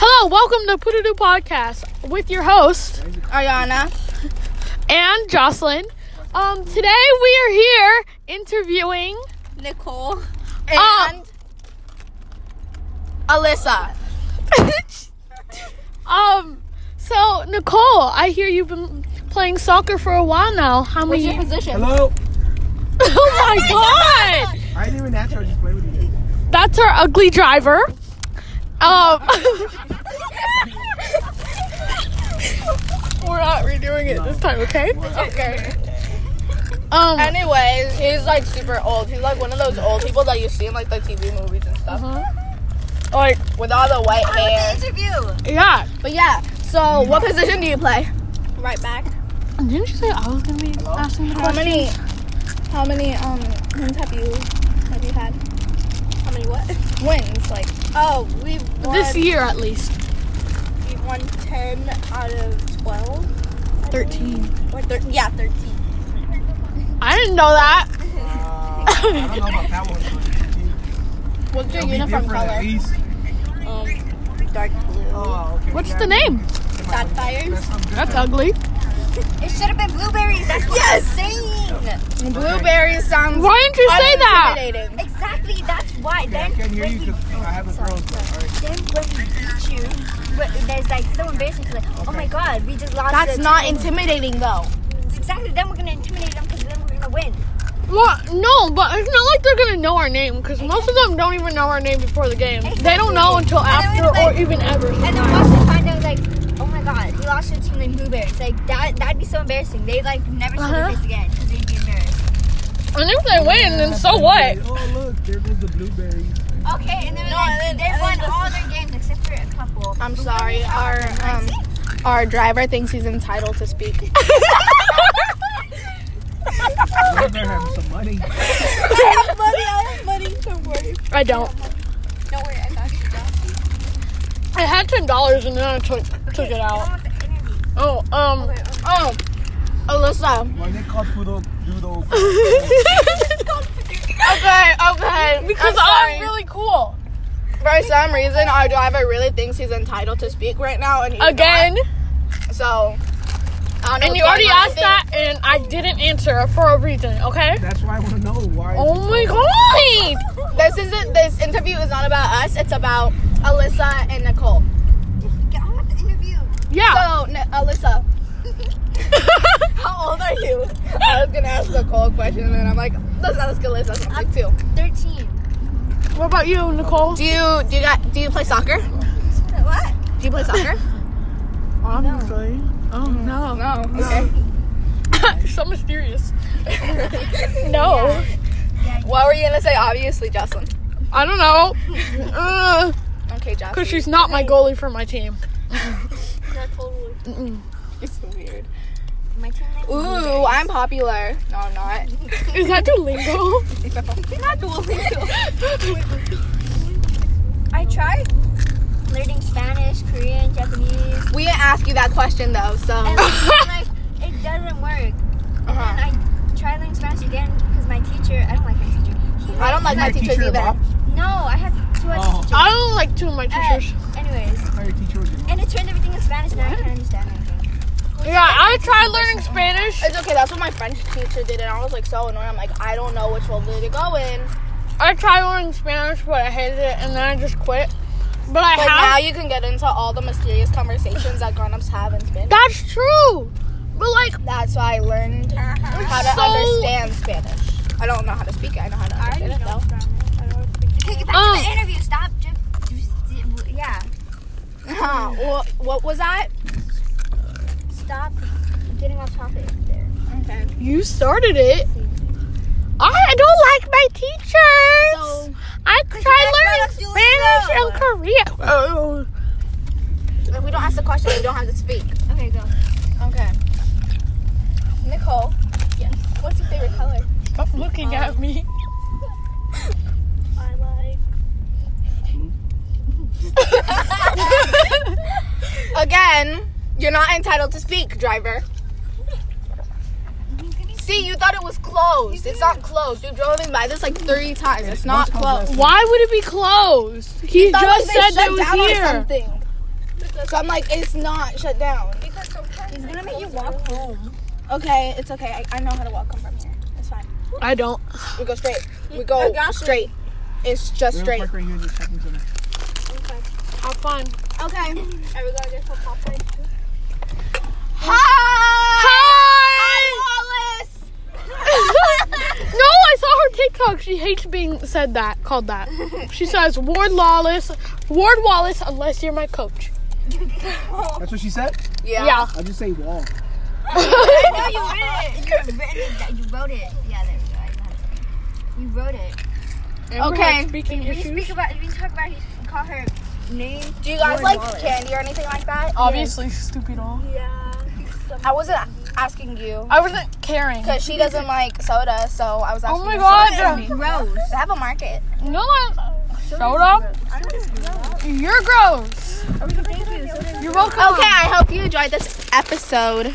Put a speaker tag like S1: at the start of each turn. S1: Hello, welcome to Put Doo Podcast with your host
S2: Ariana.
S1: and Jocelyn. Um, today we are here interviewing.
S2: Nicole.
S1: Uh,
S2: And Alyssa.
S1: um, so Nicole, I hear you've been playing soccer for a while now. How
S2: What's your
S1: many?
S2: position?
S3: Hello.
S1: oh my god,
S3: I didn't even ask her. I just played with you. guys.
S1: that's our ugly driver. Um, we're not redoing it this time, okay?
S2: Okay.
S1: Um,
S2: Anyways, he's like super old. He's like one of those old people that you see in like the TV movies and stuff. Mm-hmm.
S1: like
S2: With all the white hair.
S1: yeah.
S2: But yeah, so what position do you play? Right back.
S1: Didn't you say I was gonna be asking the
S2: How
S1: question?
S2: many how many um wins have you have you had? How many what? Wins, like Oh, we've won
S1: This year, at least.
S2: we've won ten out of twelve.
S1: 13.
S2: Or thir- yeah, thirteen.
S1: I didn't know that.
S3: Uh, I don't know about that one.
S2: What's your
S3: It'll be
S2: uniform
S3: different at
S2: color?
S3: least.
S2: Dark blue.
S3: Oh, okay.
S1: What's
S3: yeah.
S1: the name?
S2: Sapphires.
S3: That's something
S1: That's ugly.
S4: It should have been blueberries. That's what
S2: Yes.
S4: I'm saying.
S2: Blueberry sounds.
S1: Why didn't you say that?
S2: unintimidating.
S4: Exactly. That's why.
S3: good. I
S4: Then
S3: can't hear
S4: when
S3: you
S4: we,
S3: because I have a girl's voice. All right.
S4: then when we beat you, wh- there's like so embarrassing. 'cause, like, oh my god, we just lost.
S2: That's
S4: the
S2: not
S4: team.
S2: intimidating though.
S4: exactly. Then we're gonna intimidate them because then we're gonna win.
S1: Well, no, but it's not like they're gonna know our name because most of them don't even know our name before the game. They don't know until after or even ever.
S4: And then once they find out, like, oh my god, we lost to a team named Blueberries. Like that, that'd be so embarrassing. They like never see
S1: Uh-huh.
S4: their face again because they'd be embarrassed.
S1: And if they win, then so what?
S3: Oh look, there goes the blueberry.
S4: Okay, and then,
S2: No,
S4: like,
S2: and then-
S4: they've
S2: and
S4: won
S2: then just-
S4: all their games except for a couple.
S2: I'm sorry. Our um, our driver thinks he's entitled to speak.
S3: Well, They're having some money.
S2: I have money. I have money. Don't worry.
S1: I don't.
S2: Don't worry. I got you.
S1: I had ten dollars and then I took took it out.
S4: With the interview.
S1: Oh, um,
S2: Oh, Alyssa.
S3: Why they call poodle doodle?
S2: Okay. Okay.
S1: because
S2: I'm,
S1: I'm really cool.
S2: for some reason our driver really thinks he's entitled to speak right now, and he's
S1: Again,
S2: not, so. I don't know
S1: and
S2: what's
S1: you already
S2: going on. I
S1: asked
S2: think-
S1: that, and I didn't answer for a reason. Okay.
S3: That's why I want to know why.
S1: Oh my god.
S2: This isn't. This interview is not about us. It's about Alyssa and Nicole.
S4: Get on with the interview.
S1: Yeah.
S2: So, N- Alyssa, how old are you? I was gonna ask Nicole a question, and then I'm like, let's not ask Alyssa something too.
S4: Thirteen.
S1: what about you, Nicole?
S2: Do you do you got, do you play soccer?
S4: What?
S2: Do you play soccer?
S1: Honestly. Oh no.
S2: no. Okay.
S1: so mysterious. no.
S2: What were you gonna say? Obviously, Jocelyn.
S1: I don't know. Uh,
S2: Okay, Jocelyn.
S1: Cause she's not my goalie for my team.
S4: Not totally.
S2: You're so weird.
S4: My team name.
S2: Ooh, I'm popular. No, I'm not.
S1: Is that Duolingo?
S2: not Duolingo.
S4: I tried learning Spanish, Korean, Japanese,
S2: We didn't ask you that question though, so.
S4: and like, like it doesn't work.
S2: Uh-huh.
S4: And I tried learning Spanish again because my teacher. I don't like my teacher. He
S2: I don't like my
S3: Your
S2: teachers
S3: teacher,
S2: either.
S3: Bob?
S4: No, I have too much.
S3: Oh.
S1: I don't like two of my
S2: Uh,
S1: teachers.
S4: Anyways,
S3: I thought your teacher was your mom.
S4: and it turned everything in Spanish, and I can't understand anything.
S1: Yeah, I tried learning Spanish,
S2: It's okay. That's what my French teacher did, and I was like so annoyed. I'm like, I don't know which folder to go in.
S1: I tried learning Spanish, but I hated it, and then I just quit. But I
S2: But now
S1: have.
S2: you can get into all the mysterious conversations that grown-ups have in Spanish.
S1: That's true. But like,
S2: That's why I learned how to
S1: So-
S2: understand Spanish. I don't know how to speak it. I know how to understand it though.
S4: Take it back
S1: Oh.
S4: to the interview. Stop. Just, yeah.
S2: Huh. Well, what was that?
S4: Stop getting off topic. There.
S2: Okay.
S1: you started it. I don't like my teachers.
S2: So-
S1: I tried
S4: let
S1: learning
S4: us
S1: Spanish and Korean. Oh.
S2: If we don't ask the question, we don't have to speak.
S4: Okay, go.
S2: Okay. Nicole. Yes. What's your favorite color?
S1: Stop looking at me.
S4: I like.
S2: Again, you're not entitled to speak, driver. See, you thought it was closed. It's not closed. You've driven by this like three times. It's not
S3: Once on
S2: closed.
S1: Why would it be closed? He
S2: Thought, like,
S1: just
S2: they
S1: said
S2: shut
S1: that it was
S2: down or
S1: here.
S2: something. So I'm like, it's not shut down.
S4: Because sometimes he's gonna make you walk home.
S2: Okay, it's okay. I, I know how to walk home from here. It's fine.
S1: I don't.
S2: We go straight. We go straight. It's just
S3: We're
S2: straight.
S3: parked right here in the shopping center.
S1: Have fun.
S2: Okay.
S4: Are we gonna get some popcorn?
S1: Hi. no, I saw her TikTok. She hates being said that, called that. She says Ward Lawless, Ward Wallace, unless you're my coach.
S3: That's what she said?
S1: Yeah.
S3: I just say wall.
S4: no, you wrote it. You wrote it. that- You wrote it. Yeah, there we go. I got it. You wrote it.
S1: Amber
S2: Okay.
S1: had Speaking
S4: We
S1: issues.
S4: speak about. We talk about. You call her name.
S2: Do you guys
S4: Or
S2: like
S4: wallet.
S2: candy or anything like that?
S1: Obviously, stupid all.
S4: Yeah.
S2: I wasn't asking you
S1: I wasn't caring.
S2: because she doesn't like soda, so I was asking.
S1: Oh my
S2: you.
S1: god.
S4: Gross.
S2: They have a market.
S1: No, I. Soda?
S4: I don't
S1: You're gross.
S4: Thank you.
S1: You're welcome.
S2: Okay, I hope you enjoyed this episode.